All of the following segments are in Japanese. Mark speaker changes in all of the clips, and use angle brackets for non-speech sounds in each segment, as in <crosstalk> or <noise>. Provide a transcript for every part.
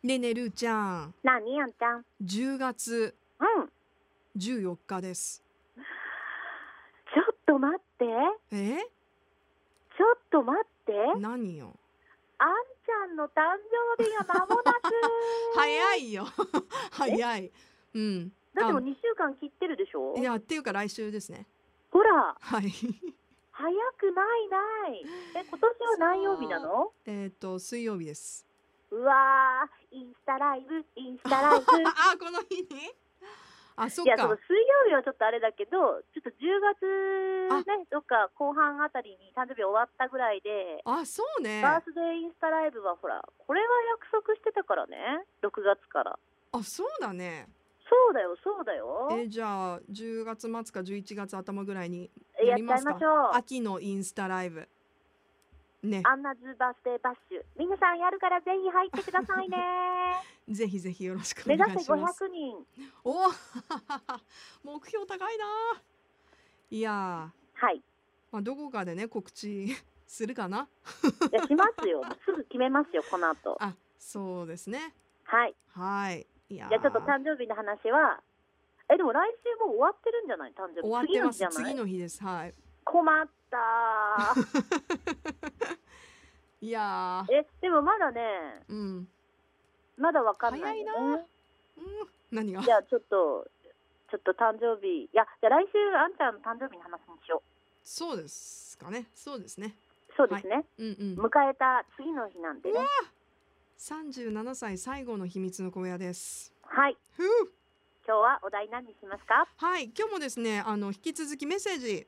Speaker 1: ねえねえるーちゃん
Speaker 2: なにやんちゃん。
Speaker 1: 10月
Speaker 2: うん。
Speaker 1: 14日です
Speaker 2: ちょっと待って。
Speaker 1: え
Speaker 2: ちょっと待って。
Speaker 1: 何よ
Speaker 2: あんちゃんの誕生日が間もなく。
Speaker 1: <laughs> 早いよ早いうん
Speaker 2: だってもう
Speaker 1: あ
Speaker 2: 2週間切ってるでしょ
Speaker 1: いやっていうか来週ですね
Speaker 2: ほら、
Speaker 1: はい <laughs>
Speaker 2: 早くないない。え、今年は何曜日なの
Speaker 1: えっと水曜日です
Speaker 2: うわー、インスタライブ、インスタラ
Speaker 1: <laughs>
Speaker 2: イブ。
Speaker 1: ああこの日にあそっ
Speaker 2: いや、その
Speaker 1: か
Speaker 2: 水曜日はちょっとあれだけど、ちょっと10月ね、どっか後半あたりに誕生日終わったぐらいで、
Speaker 1: あそうね
Speaker 2: バースデーインスタライブはほら、これは約束してたからね、6月から。
Speaker 1: あそうだね
Speaker 2: そうだよ、そうだよ。
Speaker 1: えじゃあ10月末か11月頭ぐらいに
Speaker 2: や
Speaker 1: や
Speaker 2: っ
Speaker 1: り
Speaker 2: ち
Speaker 1: ま
Speaker 2: ゃい
Speaker 1: すか
Speaker 2: ましょう。
Speaker 1: 秋のインスタライブね
Speaker 2: アンナズバースデーバッシュ。皆さんやるからぜひ入ってくださいね。
Speaker 1: ぜひぜひよろしく <laughs> お
Speaker 2: 目
Speaker 1: 願
Speaker 2: 指
Speaker 1: い
Speaker 2: せ
Speaker 1: します
Speaker 2: 500人。
Speaker 1: お <laughs> 目標高いないやー、
Speaker 2: はい。
Speaker 1: まあ、どこかでね告知 <laughs> するかない
Speaker 2: やしま
Speaker 1: <laughs>
Speaker 2: すよ。すぐ決めますよ、この後。
Speaker 1: あそうですね
Speaker 2: はい。
Speaker 1: はいいやー
Speaker 2: じゃあちょっと誕生日の話は、え、でも来週もう終わってるんじゃない誕生日。
Speaker 1: 終わってます
Speaker 2: 次の日じゃな
Speaker 1: 次
Speaker 2: い
Speaker 1: の日ですは
Speaker 2: 困った
Speaker 1: <laughs>
Speaker 2: ー。
Speaker 1: いいやー
Speaker 2: え、でもまだね、
Speaker 1: うん、
Speaker 2: まだわかんない、ね。
Speaker 1: 早いなうん、何が
Speaker 2: じゃあちょっと、ちょっと誕生日。いや、じゃあ来週、あんちゃんの誕生日の話にしよ
Speaker 1: そうですかねそうですね
Speaker 2: う。そうですね。
Speaker 1: うんうん
Speaker 2: 迎えた次の日なんでね。
Speaker 1: 37歳最後の秘密の小屋です
Speaker 2: はい。
Speaker 1: ふう
Speaker 2: 今日はお題何にしますか
Speaker 1: はい今日もですねあの引き続きメッセージ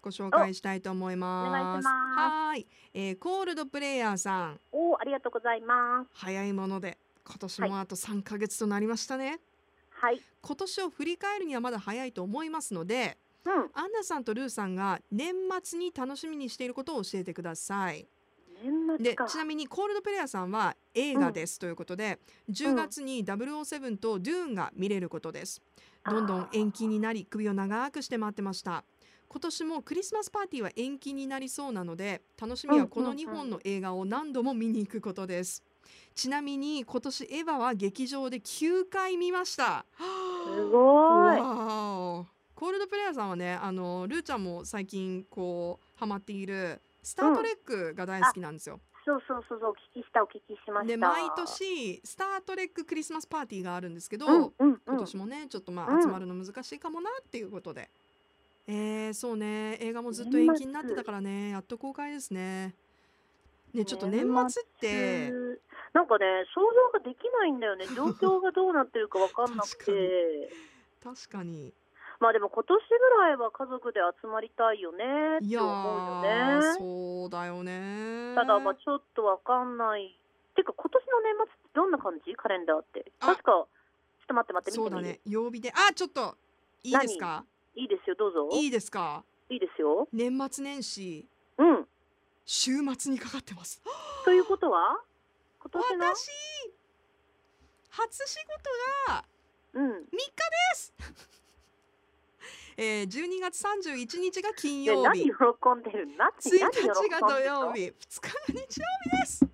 Speaker 1: ご紹介したいと思います
Speaker 2: お願いします
Speaker 1: はーい、えー、コールドプレイヤーさん
Speaker 2: おーありがとうございます。
Speaker 1: 早いもので今年
Speaker 2: は
Speaker 1: もあと3ヶ月となりましたね、
Speaker 2: はい。
Speaker 1: 今年を振り返るにはまだ早いと思いますので
Speaker 2: うん。
Speaker 1: アンナさんとルーさんが年末に楽しみにしていることを教えてください
Speaker 2: 年末
Speaker 1: で
Speaker 2: か。
Speaker 1: ちなみにコールドプレイヤーさんは映画ですということで、10月に007とドゥーンが見れることですどんどん延期になり首を長くして待ってました今年もクリスマスパーティーは延期になりそうなので楽しみはこの2本の映画を何度も見に行くことですちなみに今年エヴァは劇場で9回見ました
Speaker 2: すごーい。
Speaker 1: わーコールドプレイヤーさんはねあのルーちゃんも最近こうハマっている「スター・トレック」が大好きなんですよ。
Speaker 2: そうそうそうそう、お聞きした、お聞きしました。
Speaker 1: で毎。年「スター・トレック」クリスマスパーティーがあるんですけど、
Speaker 2: うんうんう
Speaker 1: 今
Speaker 2: ん。
Speaker 1: 年もねちょっとま
Speaker 2: う
Speaker 1: あ
Speaker 2: ん
Speaker 1: 集まるの難しいかもなっていうことで。えー、そうね映画もずっと延期になってたからねやっと公開ですね。ねちょっと年末って
Speaker 2: なんかね、想像ができないんだ
Speaker 1: <laughs>
Speaker 2: よね。状況がどうなってるかわかんなく
Speaker 1: 確かに
Speaker 2: て。
Speaker 1: 確かに
Speaker 2: まあでも今年ぐらいは家族で集まりたいよねっ
Speaker 1: い
Speaker 2: て
Speaker 1: や
Speaker 2: 思う
Speaker 1: ー
Speaker 2: よね。
Speaker 1: そうだよね
Speaker 2: ただまあちょっとわかんない。てか今年の年末ってどんな感じカレンダーって。
Speaker 1: あ
Speaker 2: 確か、ちょっと待って待って、
Speaker 1: そ
Speaker 2: 見
Speaker 1: う
Speaker 2: て
Speaker 1: だ
Speaker 2: みる
Speaker 1: ね。曜日であちょっといいですか
Speaker 2: いいですよ、どうぞ。
Speaker 1: いいですか
Speaker 2: いいですよ。
Speaker 1: 年末年始
Speaker 2: うん。
Speaker 1: 週末にかかってます
Speaker 2: ということは今年の
Speaker 1: 私初仕事が
Speaker 2: うん。
Speaker 1: 3日です、 <laughs> えー、12月31日が金
Speaker 2: いや
Speaker 1: 曜
Speaker 2: 何
Speaker 1: 日
Speaker 2: 喜んでる何
Speaker 1: 1
Speaker 2: 何喜んでる
Speaker 1: 日が土曜日2日が日曜日です
Speaker 2: とい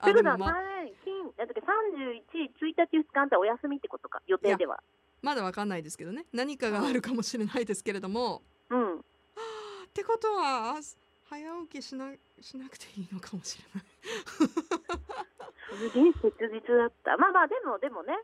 Speaker 1: あ
Speaker 2: うこ
Speaker 1: で
Speaker 2: とは、
Speaker 1: も
Speaker 2: ま、
Speaker 1: ま
Speaker 2: 金、なんだっけ、31、1日、2日あんたお休みってことか、予定では。
Speaker 1: まだわかんないですけどね何かがあるかもしれないですけれども
Speaker 2: うん。
Speaker 1: ってことは早起きしなしなくていいのかもしれない
Speaker 2: すげえ切実だった。まあまあ、でも、でもね。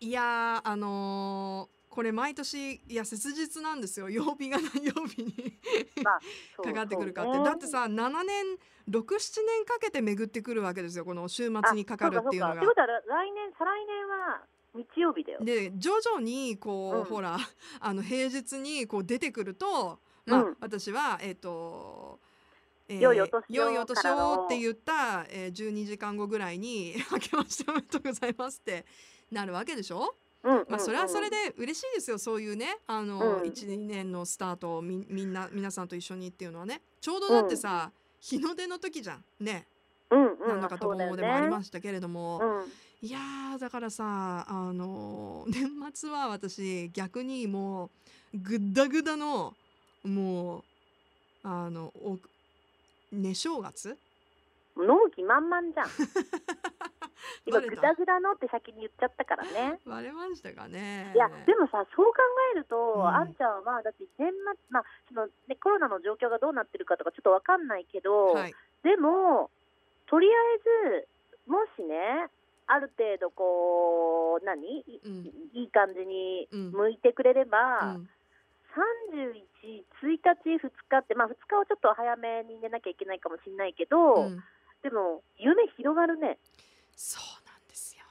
Speaker 1: いやーあのーこれ毎年いや切実なんですよ曜日が何曜日に <laughs>
Speaker 2: そう
Speaker 1: かかってくるかっ
Speaker 2: そ
Speaker 1: て
Speaker 2: うね
Speaker 1: だってさ7年67年かけて巡ってくるわけですよこの週末にかかるっていうの
Speaker 2: あ
Speaker 1: が
Speaker 2: そ。かそかってことは、来年、再来年は日曜日だよ。
Speaker 1: で徐々にこう、
Speaker 2: うん
Speaker 1: ほら <laughs> あの平日にこう出てくると、まあ
Speaker 2: うん
Speaker 1: 私はえっ、と。えー
Speaker 2: 良いお年を
Speaker 1: 良いお年
Speaker 2: からの
Speaker 1: をって言った、えー、12時間後ぐらいに <laughs> 「明けましておめでとうございます」ってなるわけでしょ
Speaker 2: うんうんうん。
Speaker 1: まあ、それはそれで嬉しいですよそういうねあの、
Speaker 2: うん
Speaker 1: 一2年のスタートをみみんな皆さんと一緒にっていうのはねちょうどだってさ、日の出の時じゃんね
Speaker 2: うんうん、
Speaker 1: 何のかと
Speaker 2: そうだよ
Speaker 1: も
Speaker 2: ね
Speaker 1: でもありましたけれども、
Speaker 2: うん。
Speaker 1: いやーだからさあのー年末は私逆にもうぐったぐだのもうあのお寝正月 <laughs>
Speaker 2: 納期満々じゃん。今
Speaker 1: バレ
Speaker 2: グ
Speaker 1: た
Speaker 2: ダグダのって先に言っちゃったからね
Speaker 1: バレましたかね
Speaker 2: いやでもさそう考えると、
Speaker 1: うん
Speaker 2: あんちゃんはだって年末、まあそのね、コロナの状況がどうなってるかとかちょっとわかんないけど、
Speaker 1: はい
Speaker 2: でもとりあえずもしねある程度こう何い
Speaker 1: うん
Speaker 2: いい感じに
Speaker 1: うん
Speaker 2: 向いてくれれ
Speaker 1: う
Speaker 2: ば、
Speaker 1: ん
Speaker 2: 31、1日、2日って、まあ、2日はちょっと早めに寝なきゃいけないかもしれないけ
Speaker 1: う
Speaker 2: ど、
Speaker 1: ん
Speaker 2: でも、夢広がるね、
Speaker 1: そうなんですよ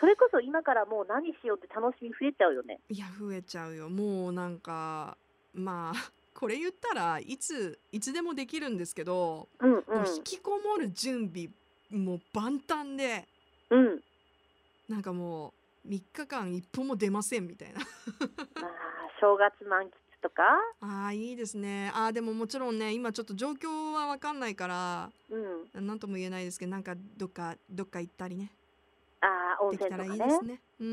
Speaker 2: それこそ今からもう何しようって楽しみ増えちゃうよね。
Speaker 1: いや増えちゃうよもうなんかまあ <laughs> これ言ったらいついつでもできるんですけど、
Speaker 2: うんうん、
Speaker 1: もう引きこもる準備もう万端で
Speaker 2: うん、
Speaker 1: なんかもう3日間一歩も出ませんみたいな <laughs>
Speaker 2: まあ、正月満喫とか、
Speaker 1: あーいいですねあーでももちろんね今ちょっと状況は分かんないから
Speaker 2: うん、
Speaker 1: 何とも言えないですけどなんかどっかどっか行ったりね
Speaker 2: ああ、温
Speaker 1: でき
Speaker 2: 泉
Speaker 1: た
Speaker 2: と
Speaker 1: ら
Speaker 2: か
Speaker 1: いい
Speaker 2: ね。
Speaker 1: ですねうー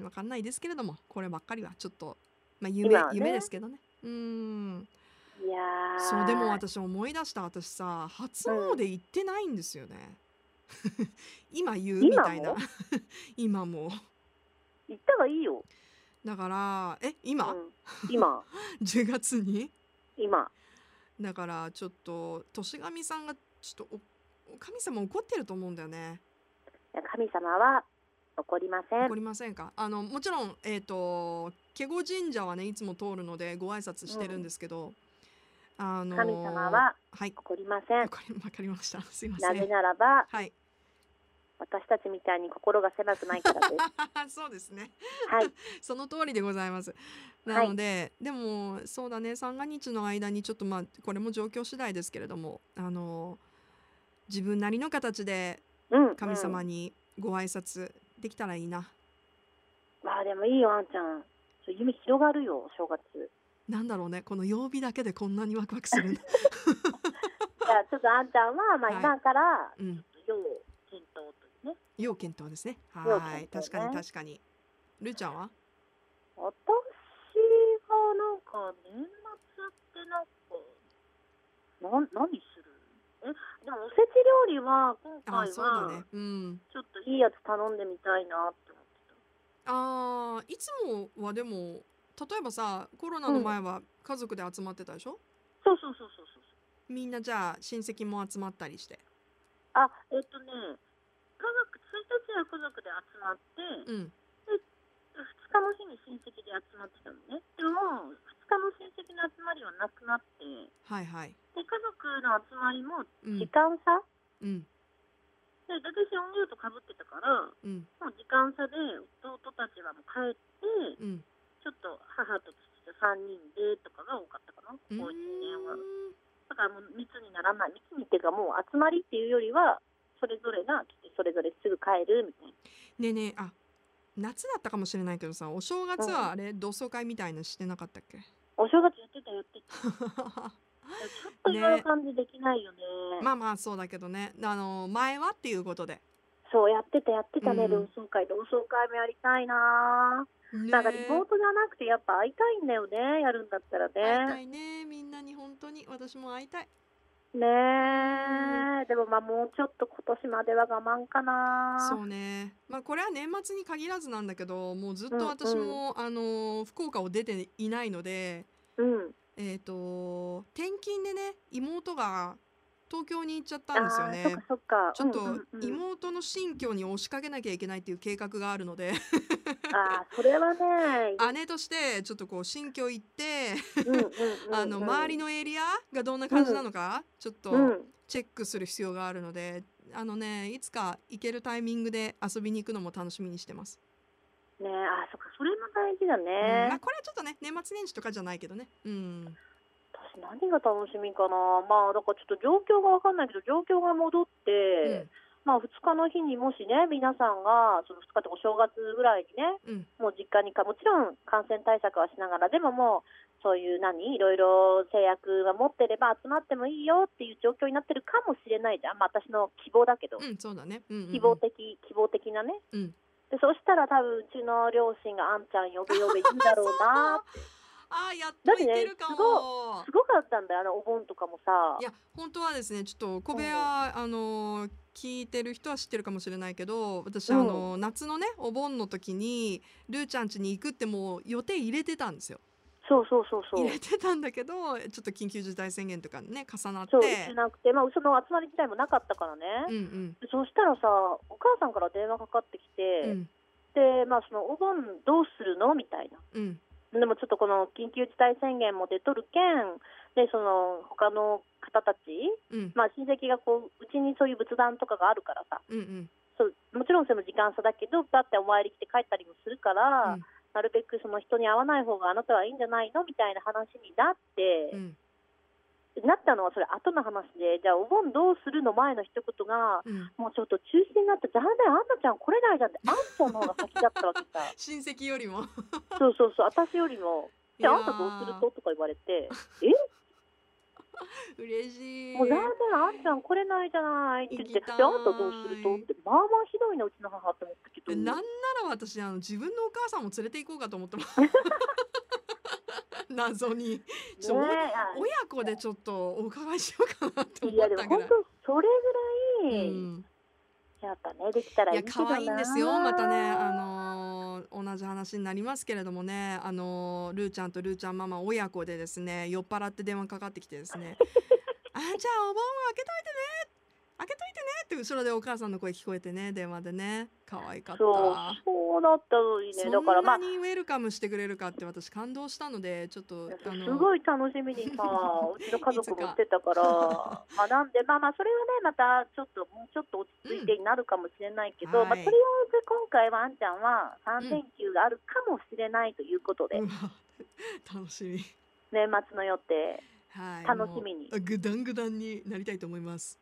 Speaker 1: ん分かんないですけれどもこればっかりはちょっと、まあ、夢
Speaker 2: 今はね
Speaker 1: 夢ですけどねうーん
Speaker 2: いやー
Speaker 1: そうでも私思い出した私さ初詣行ってないんですよね、 <laughs> 今言うみたいな <laughs> 今も
Speaker 2: 行ったがいいよ、
Speaker 1: だからえ今、 <laughs>
Speaker 2: うん、今、
Speaker 1: 10月に
Speaker 2: 今、
Speaker 1: だからちょっと年神さんがちょっとおお神様怒ってると思うんだよね
Speaker 2: 神様は怒りません
Speaker 1: 怒。りませんかあのもちろんえっ、と華厳神社はねいつも通るのでご挨拶してるんですけど、あの
Speaker 2: 神様は
Speaker 1: はい
Speaker 2: 怒りません
Speaker 1: わ。かりわかりましたすいませ
Speaker 2: なぜ
Speaker 1: ん
Speaker 2: ならば、
Speaker 1: はい <laughs>
Speaker 2: 私たちみたいに心が狭くないから
Speaker 1: <laughs>
Speaker 2: です。
Speaker 1: そうですね
Speaker 2: はい、
Speaker 1: その通りでございます。なので、でもそうだね三が日の間にちょっとまあこれも状況次第ですけれどもあの自分なりの形で
Speaker 2: うん、
Speaker 1: 神様
Speaker 2: に。
Speaker 1: にご挨拶できたらいいな。
Speaker 2: わあ、でもいいよ、あんちゃん。そう夢広がるよ、正月。じ
Speaker 1: なんだろうねこの曜日だけでこんなにワクワクするん <laughs> だ
Speaker 2: ゃあ、ちょっとあんちゃんは、まあ、
Speaker 1: はい
Speaker 2: 今から、
Speaker 1: うん
Speaker 2: 要検討というね。
Speaker 1: 要検討ですね。は
Speaker 2: 要
Speaker 1: ーい、
Speaker 2: 検討ね
Speaker 1: 確かに確かに。るーちゃんは
Speaker 2: 私はなんか、年末ってなんか、なん、何するえ、でもおせち料理は、今
Speaker 1: あ
Speaker 2: 回
Speaker 1: ーそうだ
Speaker 2: は
Speaker 1: ね、。うん。
Speaker 2: ちょっといいやつ頼んでみたいなって思ってた。
Speaker 1: あーいつもはでも例えばさコロナの前は家族で集まってたでしょ、
Speaker 2: そうそうそうそうそう。
Speaker 1: みんなじゃあ親戚も集まったりして。
Speaker 2: あ、えっ、とね、家族、1日は家族で集まって、
Speaker 1: うん
Speaker 2: 2日の日に親戚で集まってたのね。でも、2日の親戚の集まりはなくなって、で
Speaker 1: はいはい。
Speaker 2: 家族の集まりも
Speaker 1: う
Speaker 2: 時
Speaker 1: ん
Speaker 2: 間差、
Speaker 1: うん
Speaker 2: で、だけし音楽とかぶってたか
Speaker 1: う
Speaker 2: ら、
Speaker 1: ん
Speaker 2: もう時間差で弟たちはもう帰って、
Speaker 1: うん。
Speaker 2: ちょっと母と父と3人でとかが多かったかな、こ
Speaker 1: うーん
Speaker 2: こ1年は。だからもう密にならない、密にっていうかもう集まりっていうよりは、それぞれが来て、それぞれすぐ帰るみたい
Speaker 1: ねえねえ
Speaker 2: な。
Speaker 1: あ夏だったかもしれないけどさお正月はあれ同窓会みたいなのしてなかったっけ <laughs>
Speaker 2: お正月やってたやってた。ちょっと今の
Speaker 1: ね
Speaker 2: 感じできないよね。
Speaker 1: まあまあそうだけどねあの前はっていうことで。
Speaker 2: そうやってたやってたね、
Speaker 1: うん
Speaker 2: 同窓会同窓会もやりたいな、
Speaker 1: ね
Speaker 2: なんかリモートじゃなくてやっぱ会いたいんだよねやるんだったら
Speaker 1: 会いた
Speaker 2: ね
Speaker 1: いねみんなに本当に私も会いたい。
Speaker 2: ねえでもまあもうちょっと今年までは我慢かな
Speaker 1: そうねまあこれは年末に限らずなんだけどもうずっと私
Speaker 2: うん
Speaker 1: も、あの福岡を出ていないので。
Speaker 2: うん
Speaker 1: えー、と転勤でね妹が東京に行っちゃったんですよ
Speaker 2: あーそっ
Speaker 1: ね
Speaker 2: か。そっか
Speaker 1: ちょっ
Speaker 2: うんうんうん
Speaker 1: と妹の新居に押しかけなきゃいけないっていう計画があるので
Speaker 2: あーそれはね、
Speaker 1: 姉としてちょっとこう新居行って
Speaker 2: うんうんうんうん
Speaker 1: あの周りのエリアがどんな感じなのかちょっと
Speaker 2: うん
Speaker 1: チェックする必要があるのであのねいつか行けるタイミングで遊びに行くのも楽しみにしてます。
Speaker 2: ねえあーそっかそれも大事だ
Speaker 1: うん
Speaker 2: ね
Speaker 1: まあ、これはちょっとね年末年始とかじゃないけどね。うん
Speaker 2: 私何が楽しみかなまあだからちょっと状況がわかんないけど状況が戻って、
Speaker 1: うん
Speaker 2: まあ、2日の日にもしね、皆さんがその2日ってお正月ぐらいにね、
Speaker 1: うん
Speaker 2: もう実家にか、もちろん感染対策はしながら、でももう、そういう何、いろいろ制約が持ってれば集まってもいいよっていう状況になってるかもしれないじゃん、まあ、私の希望だけど、
Speaker 1: うん、そうだね。うんうんうん
Speaker 2: 希望的、希望的なね。
Speaker 1: うん
Speaker 2: でそしたら多分うちの両親があんちゃん呼べ呼べいいだろう
Speaker 1: <laughs>
Speaker 2: な
Speaker 1: あーやっと行けるか
Speaker 2: だってね
Speaker 1: も。
Speaker 2: すごかったんだよあのお盆とかもさ
Speaker 1: いや本当はですねちょっと小部屋、あのー聞いてる人は知ってるかもしれないけど私、
Speaker 2: うん
Speaker 1: あの夏のねお盆の時にルーちゃん家に行くってもう予定入れてたんですよ
Speaker 2: そうそうそうそう
Speaker 1: 入れてたんだけどちょっと緊急事態宣言とかね重なって
Speaker 2: そううちなくてまあその集まり自体もなかったから
Speaker 1: う
Speaker 2: ね、
Speaker 1: ん
Speaker 2: そしたらさお母さんから電話かかってき
Speaker 1: うんう
Speaker 2: て、
Speaker 1: ん
Speaker 2: でまあそのお盆どうするのみたいな
Speaker 1: うん
Speaker 2: でもちょっとこの緊急事態宣言も出とるけんでその他の方たち、
Speaker 1: うん
Speaker 2: まあ、親戚がこううちにそういう仏壇とかがあるからさ
Speaker 1: うんうん
Speaker 2: そうもちろんそれも時間差だけどだってお参り来て帰ったりもするから、
Speaker 1: うん
Speaker 2: なるべくその人に会わない方があなたはいいんじゃないのみたいな話になって
Speaker 1: う、ん
Speaker 2: なったのはそれ後の話でじゃあお盆どうするの前の一言が
Speaker 1: うん
Speaker 2: もうちょっと中止になって残念あんなちゃん来れないじゃんってあんちゃんの方が先だったわけ
Speaker 1: <laughs>
Speaker 2: さ
Speaker 1: 親戚よりも
Speaker 2: そうそうそう私よりも「
Speaker 1: い
Speaker 2: じゃ
Speaker 1: や
Speaker 2: ああんたどうすると?」とか言われて「え
Speaker 1: 嬉しい
Speaker 2: もう残念あんちゃん来れないじゃない」って言って「
Speaker 1: 行き
Speaker 2: じ
Speaker 1: た
Speaker 2: ゃ
Speaker 1: い
Speaker 2: ああんたどうすると?」ってまあまあひどいなうちの母って思ったけど
Speaker 1: えなんなら私あの自分のお母さんも連れて行こうかと思ってます
Speaker 2: <laughs>
Speaker 1: <laughs> 謎にちょっと
Speaker 2: ねえ
Speaker 1: 親子でちょっとお伺いしようかなって思
Speaker 2: いや
Speaker 1: っ
Speaker 2: でも
Speaker 1: たぐ
Speaker 2: 本
Speaker 1: らい。
Speaker 2: 当それぐ
Speaker 1: う
Speaker 2: らい、
Speaker 1: ん、
Speaker 2: やっぱねできたら
Speaker 1: い
Speaker 2: い
Speaker 1: や
Speaker 2: いけど
Speaker 1: 可
Speaker 2: な
Speaker 1: 愛いんですよまたねあのー同じ話になりますけれどもねあのールーちゃんとルーちゃんママ親子でですね酔っ払って電話かかってきてですね <laughs> あじゃあお盆を開けといてね開けといてねって後ろでお母さんの声聞こえてね電話でね可愛かった。
Speaker 2: そうそうだったのにねだから
Speaker 1: そん
Speaker 2: ま
Speaker 1: な
Speaker 2: あ
Speaker 1: にウェルカムしてくれるかって私感動したのでちょっとあの
Speaker 2: すごい楽しみに
Speaker 1: <laughs>
Speaker 2: さ、うちの家族もしてたから、まあなんで、まあまあ、それはね、またちょっと、もうちょっと落ち着いてになるかもしれないけど、
Speaker 1: うん
Speaker 2: まあ、
Speaker 1: はい
Speaker 2: とりあえず今回はあんちゃんは
Speaker 1: うん
Speaker 2: 3連休があるかもしれないということで、
Speaker 1: うわ <laughs> 楽しみ。
Speaker 2: 年末の予定、
Speaker 1: はい、
Speaker 2: 楽しみに
Speaker 1: もうぐだんぐだんになりたいと思います。